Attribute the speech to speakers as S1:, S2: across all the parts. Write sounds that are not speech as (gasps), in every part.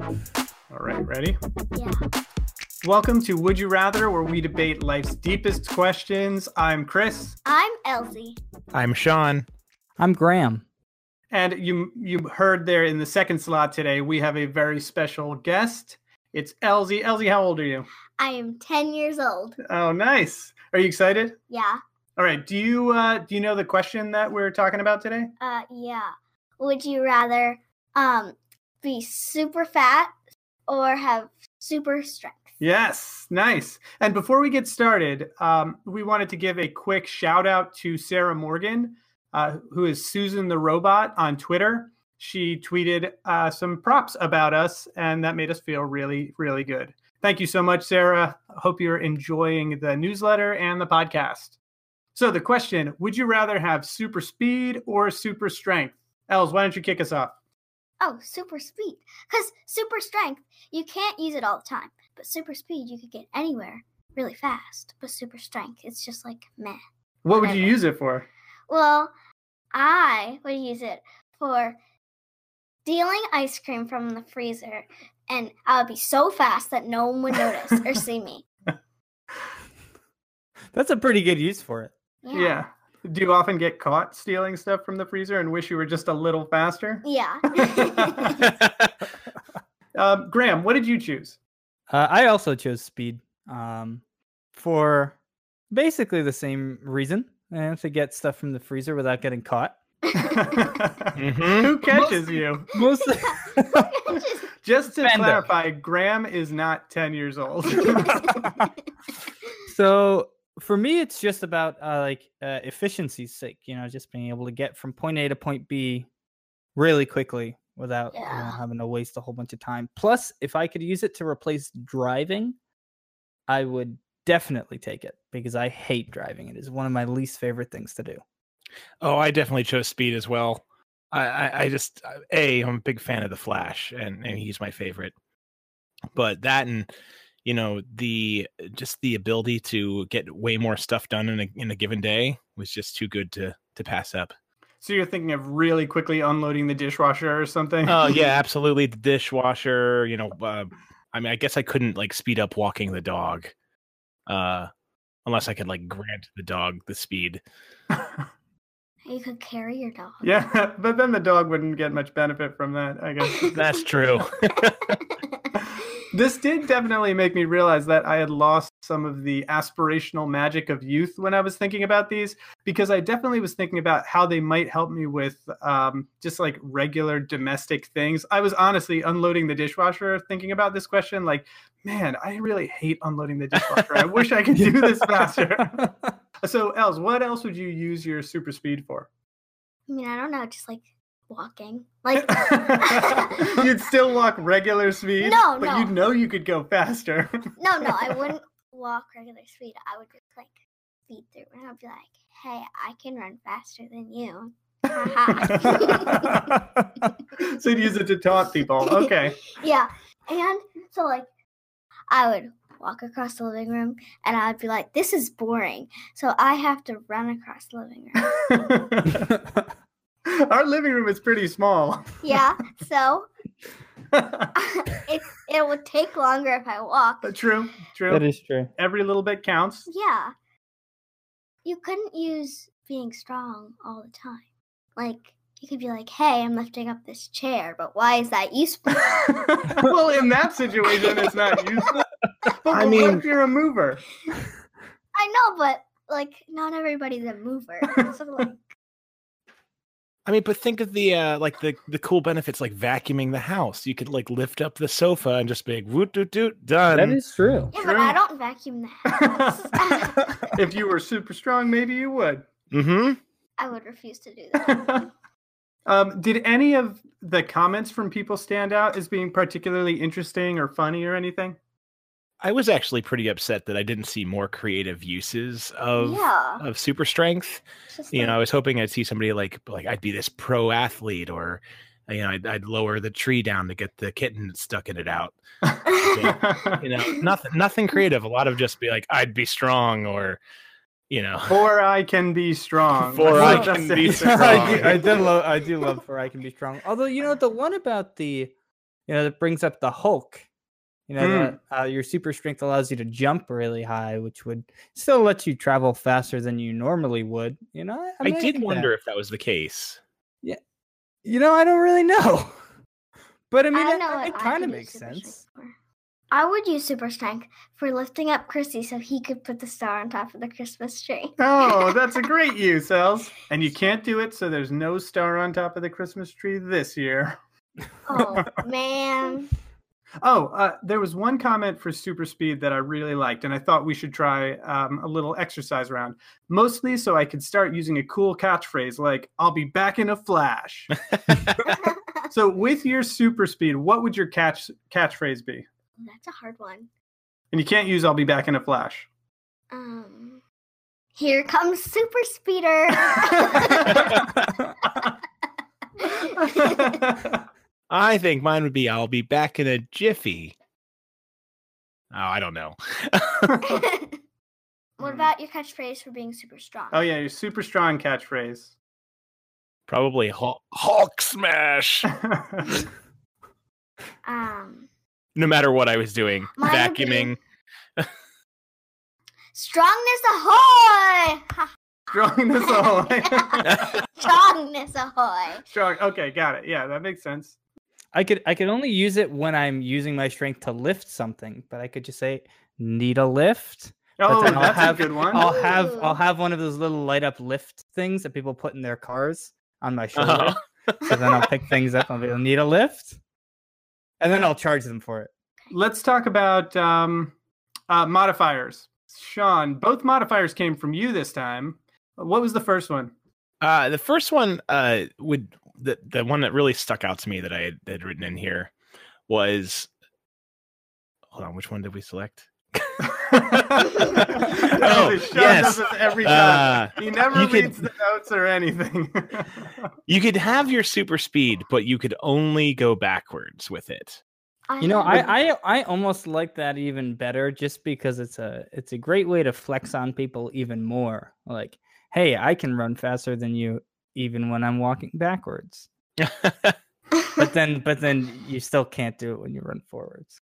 S1: All right, ready?
S2: Yeah.
S1: Welcome to Would You Rather, where we debate life's deepest questions. I'm Chris,
S2: I'm Elsie.
S3: I'm Sean.
S4: I'm Graham.
S1: and you you heard there in the second slot today we have a very special guest. It's Elsie. Elsie, how old are you?
S2: I am 10 years old.
S1: Oh, nice. Are you excited?
S2: Yeah.
S1: All right. Do you uh, do you know the question that we're talking about today?
S2: Uh yeah. Would you rather um be super fat or have super strength?
S1: Yes, nice. And before we get started, um, we wanted to give a quick shout out to Sarah Morgan, uh, who is Susan the Robot on Twitter. She tweeted uh, some props about us, and that made us feel really, really good. Thank you so much, Sarah. Hope you're enjoying the newsletter and the podcast. So, the question would you rather have super speed or super strength? Els, why don't you kick us off?
S2: Oh, super speed. Cuz super strength, you can't use it all the time, but super speed you could get anywhere really fast. But super strength, it's just like meh.
S1: What would you
S2: Whatever.
S1: use it for?
S2: Well, I would use it for stealing ice cream from the freezer, and I would be so fast that no one would notice or see me.
S4: That's a pretty good use (laughs) for it.
S2: Yeah.
S1: Yeah. Do you often get caught stealing stuff from the freezer and wish you were just a little
S2: (laughs)
S1: faster? (laughs)
S2: Yeah.
S1: uh, Um, Graham, what did you choose? (laughs)
S4: Uh, I also chose speed um, for basically the same reason, and to get stuff from the freezer without getting (laughs) caught.
S3: Mm-hmm.
S1: Who catches you?
S4: Mostly,
S2: Just-
S1: Just to
S3: Fender.
S1: clarify, Graham is not 10 years old. (laughs)
S4: so for me, it's just about uh, like uh, efficiency's sake. You know, just being able to get from point A to point B really quickly without you know,
S2: Yeah.
S4: having to waste a whole bunch of time. Plus, if I could use it to replace driving, I would definitely take it because I hate driving. It is one of my least favorite things to do.
S3: Oh, I definitely chose speed as well. I, I, I just I- a I'm a big fan of the Flash, and, and he's my favorite. But that and you know the just the ability to get way more stuff done in a in a given day was just too good to to pass (laughs) up.
S1: so you're thinking of really quickly unloading the dishwasher or something?
S3: Oh yeah, absolutely. The dishwasher. You know, uh, I mean, I guess I couldn't like speed up walking the dog, uh, unless I could like grant the dog the speed.
S2: you could carry your dog.
S1: (laughs) yeah, but then the dog wouldn't get much benefit from that, I guess.
S3: That's true.
S2: (laughs)
S1: this did definitely make me realize that I had lost some of the aspirational magic of youth when I was thinking about these, because I definitely was thinking about how they might help me with um, just like regular domestic things. I was honestly unloading the dishwasher thinking about this question, like, man, I really hate unloading the dishwasher. I wish I could do this faster. So, Els, what else would you use your super speed for?
S2: I mean, I don't know, just like walking.
S1: (laughs)
S2: Like,
S1: you'd still walk regular speed,
S2: No,
S1: but
S2: no.
S1: you'd know you could go faster.
S2: (laughs)
S1: (laughs)
S2: no, no, I wouldn't walk regular speed. I would just like speed through, and I'd be like, "Hey, I can run faster than you."
S1: (laughs)
S2: (laughs) Haha.
S1: Ah. so you'd use it to taunt people. Okay. (laughs)
S2: Yeah. And so like I would walk across the living room and I'd be like, this is boring. So I have to run across the living
S1: (laughs)
S2: room.
S1: Our living room is pretty small. (laughs)
S2: yeah. So
S1: But
S2: it it would take longer if I walked.
S1: true, true.
S4: that is true.
S1: Every little bit counts. (laughs)
S2: Yeah. You couldn't use being strong all the time. Like you could be like, hey, I'm lifting up this chair, but why is that useful?
S1: (laughs) well, in that situation, it's not useful. But
S3: I
S1: what
S3: mean-
S1: if you're a mover?
S2: I know, but like not everybody's
S1: (laughs)
S2: a mover. So like
S3: I mean, but think of the uh, like the the cool benefits, like vacuuming the house. You could like lift up the sofa and just be like, woot doot doot, done.
S4: That is true.
S2: Yeah, but
S1: True.
S2: I don't vacuum the house. (laughs)
S1: if you were super strong, maybe you would. (laughs)
S3: Mm-hmm.
S2: I would refuse to do that.
S1: Um, did any of the comments from people stand out as being particularly interesting or funny or anything? (laughs)
S3: I was actually pretty upset that I didn't see more creative uses of
S2: yeah.
S3: of super strength.
S2: it's just
S3: You know, I
S2: like-
S3: was hoping I'd see somebody like like I'd be this pro athlete, or you know, I'd, I'd lower the tree down to get the kitten that's stuck in it out.
S4: (laughs)
S3: You know, nothing nothing creative. A lot of just be like, I'd be strong, or you know,
S1: For I can be strong.
S3: For
S4: I
S1: That's
S4: (laughs)
S3: can
S1: the-
S3: be
S4: Yeah, I, do, I
S3: strong.
S4: do love I do love for I can be strong. Although you know the one about the You know, that brings up the Hulk. You know,
S1: Hmm.
S4: that, uh, your super strength allows you to jump really high, which would still let you travel faster than you normally would. You know,
S3: I,
S4: mean,
S3: did
S4: think that-
S3: wonder if that was the case.
S4: You know, I don't really know. (laughs) But I mean,
S2: don't
S4: it-
S2: know
S4: it
S2: what I
S4: kind of
S2: could use
S4: makes
S2: super
S4: sense.
S2: strength for. I would use super strength for lifting up Chrissy so he could put the star on top of the Christmas tree. (laughs)
S1: Oh, that's a great use, Els. And you can't do it, so there's no star on top of the Christmas tree this year. (laughs)
S2: Oh man. (laughs)
S1: Oh, uh, there was one comment for super speed that I really liked, and I thought we should try um, a little exercise round, mostly so I could start using a cool catchphrase like, I'll be back in a
S3: (laughs)
S1: flash. so, with your super speed, what would your catch catchphrase be?
S2: That's a hard one.
S1: And you can't use I'll be back in a
S3: (laughs)
S1: flash. (laughs)
S2: Um here comes super speeder. (laughs)
S3: (laughs) I think mine would be I'll be back in a jiffy. Oh, I don't know.
S2: what
S1: Hmm.
S2: about your catchphrase for being super strong?
S1: oh, yeah, your super strong catchphrase. (laughs)
S3: Probably Hulk, Hulk smash.
S2: Um
S3: No matter what I was doing,
S2: Mine would be- (laughs)
S3: vacuuming. (laughs)
S2: strongness ahoy. Ha, (laughs)
S1: Strongness ahoy.
S2: strongness ahoy.
S1: (laughs) strong. Okay, got it. Yeah, that makes sense.
S4: I could I could only use it when I'm using my strength to lift something, but I could just say need a lift.
S1: Oh,
S4: then I'll
S1: that's
S4: have-
S1: a good one.
S4: I'll have I'll
S2: Ooh.
S4: have one of those little light up lift things that people put in their cars on my shoulder.
S3: Uh-huh.
S4: So then I'll pick things up and I'll be like, need a lift, and then I'll charge them for it.
S1: Let's talk about um, uh, modifiers. Sean, both modifiers came from you this time. What was the first one?
S3: Uh, the first one uh, would the the one that really stuck out to me that I had, had written in here was hold on, which one did we select?
S1: oh, Sean
S3: yes.
S1: does this every time.
S3: Uh,
S1: he never
S3: you could-
S1: reads the notes or anything. (laughs)
S3: you could have your super speed, but you could only go backwards with it. (laughs)
S4: You know, I, I I almost like that even better, just because it's a it's a great way to flex on people even more. Like, hey, I can run faster than you, even when I'm walking backwards. But then, but then you still can't do it when you run forwards.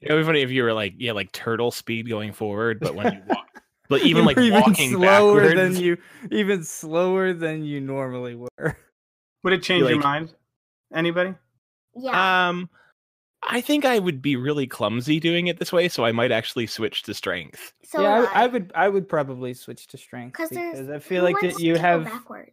S3: It would be funny if you were like yeah, like turtle speed going forward, but when you walk, (laughs) but
S4: (laughs)
S3: even
S4: You
S3: like
S4: were
S3: walking
S4: slower
S3: backwards,
S4: than you, even slower than you normally were.
S1: Would it change your
S3: Like-
S1: mind? Anybody?
S2: yeah.
S3: Um, I think I would be really clumsy doing it this way, so I might actually switch to strength.
S2: so
S4: yeah, I, I
S2: would.
S4: would, I would probably switch to strength
S2: 'Cause there's-
S4: because I feel like that you
S2: to
S4: have,
S2: go backwards?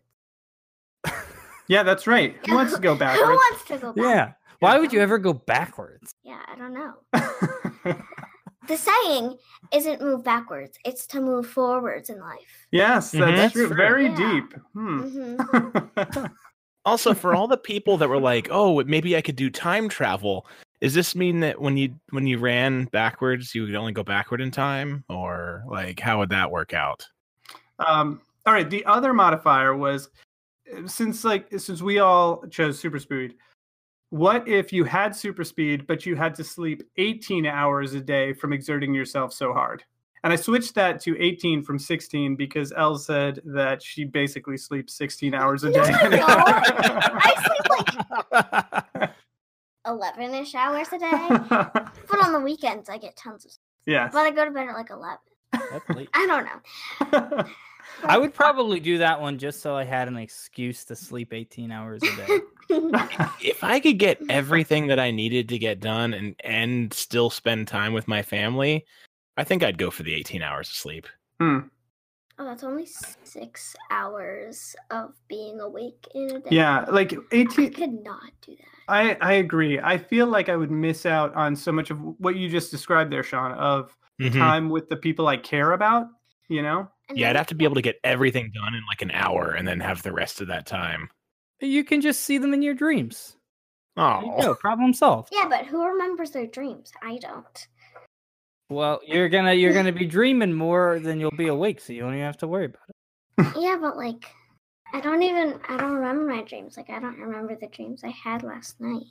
S1: Yeah, that's right. Who wants to go
S2: Who
S1: backwards?
S2: wants to go backwards?
S4: yeah. Why would you ever go backwards?
S2: Yeah, I don't know.
S1: (laughs)
S2: The saying isn't move backwards, it's to move forwards in life.
S1: yes, that's,
S3: Mhm. That's
S1: true.
S4: true.
S1: Very
S2: Yeah.
S1: deep. Hmm.
S2: hmm
S3: Also, for all the people that were like, "Oh, maybe I could do time travel," does this mean that when you when you ran backwards, you would only go backward in time, or like how would that work (laughs) out?
S1: (laughs) Um, all right. The other modifier was uh, since like since we all chose super speed. What if you had super speed, but you had to sleep 18 hours a day from exerting yourself so hard? And I switched that to 18 from 16 because Elle said that she basically sleeps 16 hours a
S2: No,
S1: day.
S2: I don't. I sleep like 11 ish hours
S1: (laughs)
S2: a day, but on the weekends I get tons of sleep.
S1: yes.
S2: But I go to bed at like 11. (laughs) I don't know.
S4: I would probably do that one just so I had an excuse to sleep 18 hours
S2: (laughs)
S4: a day.
S1: (laughs)
S3: if I could get everything that I needed to get done and and still spend time with my family, I think I'd go for the 18 hours of sleep.
S2: Oh, that's only six hours of being awake in a
S1: (laughs)
S2: day.
S1: yeah, like
S2: I
S1: 18
S2: could not do that.
S1: I I agree. I feel like I would miss out on so much of what you just described there, Sean, of
S3: Mhm.
S1: time with the people I care about. You know, (laughs)
S2: And
S3: Yeah, I'd
S2: then-
S3: have to be able to get everything done in like an hour and then have the rest of that time.
S4: you can just see them in your dreams. There you
S3: Oh,
S4: go, problem solved.
S2: (laughs) Yeah, but who remembers their dreams? I don't.
S4: Well, you're gonna you're gonna be dreaming more than you'll be awake, so you don't even have to worry about it.
S2: Yeah, but like, I don't even I don't remember my dreams. Like, I don't remember the dreams I had last night.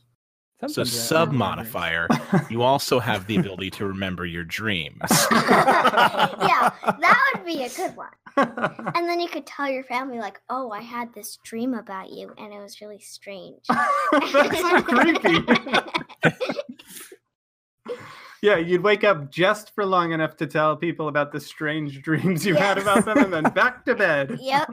S3: So
S4: Something's wrong
S3: sub
S4: with my brain.
S3: modifier, you also have the ability to remember your dreams.
S2: yeah, that would be a good one. And then you could tell your family, like, oh, I had this dream about you, and it was really strange.
S1: That's so creepy. Yeah, you'd wake up just for long enough to tell people about the strange dreams you had
S2: Yes.
S1: about them, and then back to
S2: (laughs)
S1: bed.
S2: (laughs) yep.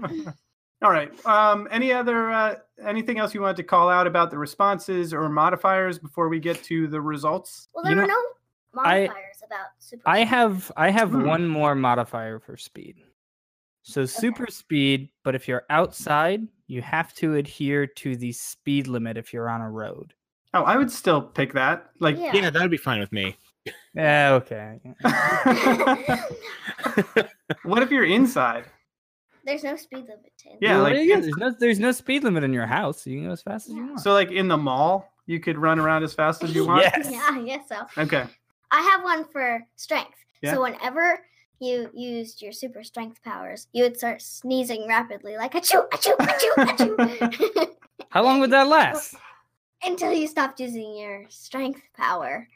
S1: All right. Um, any other uh, anything else you wanted to call out about the responses or modifiers before we get to the results?
S2: Well, there
S4: You
S2: were
S4: know,
S2: no
S4: I-
S2: modifiers about super.
S4: I have I have
S1: Hmm.
S4: one more modifier for speed. So super speed, but if you're outside, you have to adhere to the speed limit if you're on a road.
S1: Oh, I would still pick that. Like, (laughs)
S2: (laughs) Yeah. (laughs)
S3: yeah, that'd be fine with me.
S4: Yeah, Eh, okay.
S1: what if you're inside?
S2: (laughs) There's no speed limit. To
S1: Yeah,
S4: Well,
S1: like,
S4: there you go.
S1: it's-
S4: there's no there's no speed limit in your house. You can go as fast as you
S2: Yeah.
S4: want.
S1: So, like in the mall, you could run around as fast as you want.
S4: Yes.
S2: Yeah, I guess so.
S1: Okay.
S2: I have one for strength.
S1: Yeah.
S2: So whenever you used your super strength powers, you would start sneezing rapidly, like achoo, achoo, achoo,
S3: (laughs)
S2: achoo, (laughs)
S4: How long would that last?
S2: until you stopped using your strength power.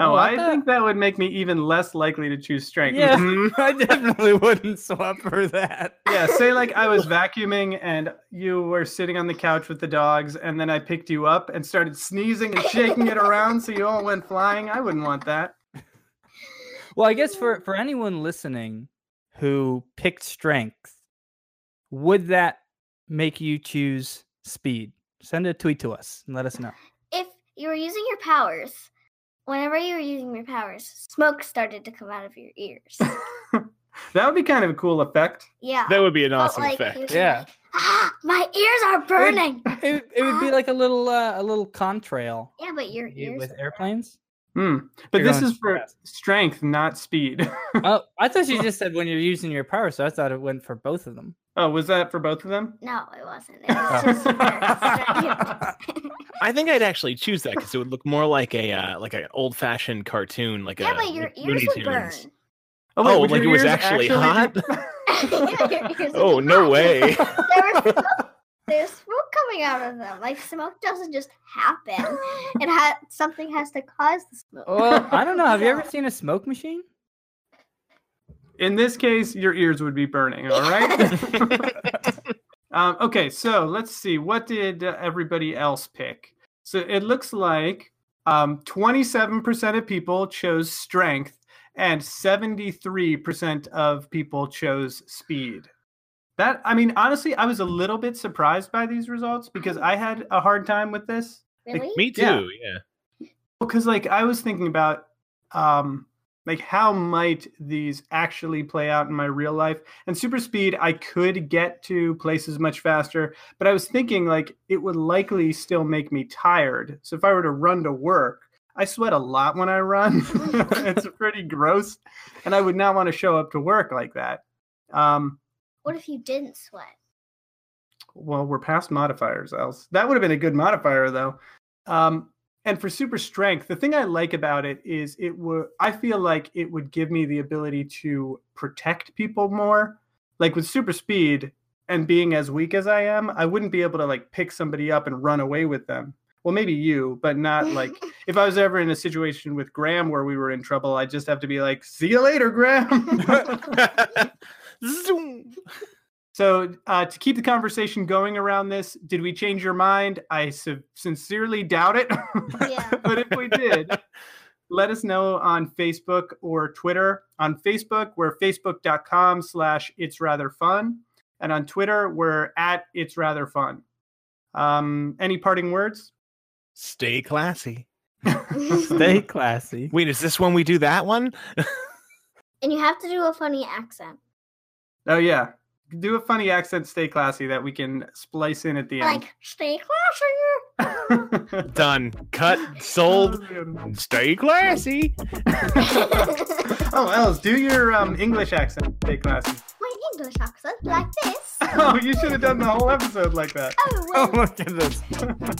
S1: Oh,
S4: Oh, I
S1: I
S4: thought-
S1: think that would make me even less likely to choose strength.
S4: Yeah.
S1: Mhm.
S4: I definitely wouldn't swap for that.
S1: yeah say like i was vacuuming and you were sitting on the couch with the dogs and then i picked you up and started sneezing and shaking it around so you all went flying i wouldn't want that
S4: Well, I guess for for anyone listening who picked strength, would that make you choose speed? Send a tweet to us and let us know.
S2: If you were using your powers, whenever you were using your powers, smoke started to come out of your
S3: (laughs)
S2: ears.
S1: that would be kind of a cool effect
S2: Yeah.
S3: (laughs) That would be an
S2: But,
S3: awesome
S2: like,
S3: effect.
S2: you would be like, ah, my ears are
S3: (laughs)
S2: burning.
S4: It, it would be like a little uh, a little contrail
S2: yeah, but your
S4: you-
S2: ears.
S4: with airplanes.
S1: Hmm. but
S4: You're
S1: this
S4: going
S1: is for
S4: (laughs) fast.
S1: strength not speed (laughs)
S4: Oh, I thought you just said when you're using your power, so I thought it went for both of them.
S1: oh was that for both of them
S2: No, it wasn't.
S1: (laughs)
S2: It was just for
S3: Oh. (laughs)
S2: strength.
S3: I think I'd actually choose that because it would look more like a uh, like an old fashioned cartoon, like
S2: yeah,
S3: a
S2: but your
S3: like
S2: ears
S3: Looney
S2: would burn. (laughs)
S3: Tunes. Oh,
S1: would
S3: like
S1: your
S3: it was
S1: ears
S3: actually hot?
S1: (laughs)
S2: Yeah, your ears would
S3: Oh
S2: be
S3: no
S2: hot.
S3: way!
S2: There was smoke, there's smoke coming out of them. Like smoke doesn't just happen.
S1: (gasps)
S2: It had something has to cause the smoke.
S4: Well, I don't know. Have you ever seen a smoke machine?
S1: in this case your ears would be burning all right Um, okay, so let's see. What did uh, everybody else pick? So it looks like um, 27% of people chose strength and 73% of people chose speed. That, I mean, honestly, I was a little bit surprised by these results because I had a hard time with this.
S2: (laughs) really?
S3: (laughs) Me too.
S1: Yeah.
S3: Yeah.
S1: Because, like, I was thinking about, um, like, how might these actually play out in my real life? And super speed, I could get to places much faster, but I was thinking, like, it would likely still make me tired. So if I were to run to work, I sweat a lot when I run. (laughs) it's pretty gross. And I would not want to show up to work like that. Um,
S2: What if you didn't sweat?
S1: well, we're past modifiers, else. That would have been a good modifier, though. Um, and for super strength, the thing I like about it is it would, I feel like it would give me the ability to protect people more. Like with super speed and being as weak as I am, I wouldn't be able to like pick somebody up and run away with them. Well, maybe you, but (laughs)
S2: (laughs)
S1: not like if I was ever in a situation with Graham where we were in trouble, I'd just have to be like, see you later,
S3: (laughs)
S1: Graham.
S3: Zoom.
S1: So, uh, to keep the conversation going around this, did we change your mind? I sin- sincerely doubt it. (laughs)
S2: Yeah.
S1: but if we did, let us know on Facebook or Twitter. On Facebook, we're facebook.com slash it's rather fun. And on Twitter, we're at it's rather fun. Um, any parting words?
S3: Stay classy.
S4: Stay classy.
S3: Wait, is this when we do that one?
S2: And you have to do a funny accent.
S1: Oh, yeah. Do a funny accent, stay classy, that we can splice in at the end.
S2: Like stay classy.
S1: (laughs)
S3: Done. Cut. Sold. Stay classy.
S1: (laughs) oh, Els, do your um, English accent, stay classy.
S2: (laughs) My English accent like this.
S1: (laughs) Oh, you should have done the whole episode like that.
S2: Oh, well,
S1: (laughs)
S4: Oh, look at this.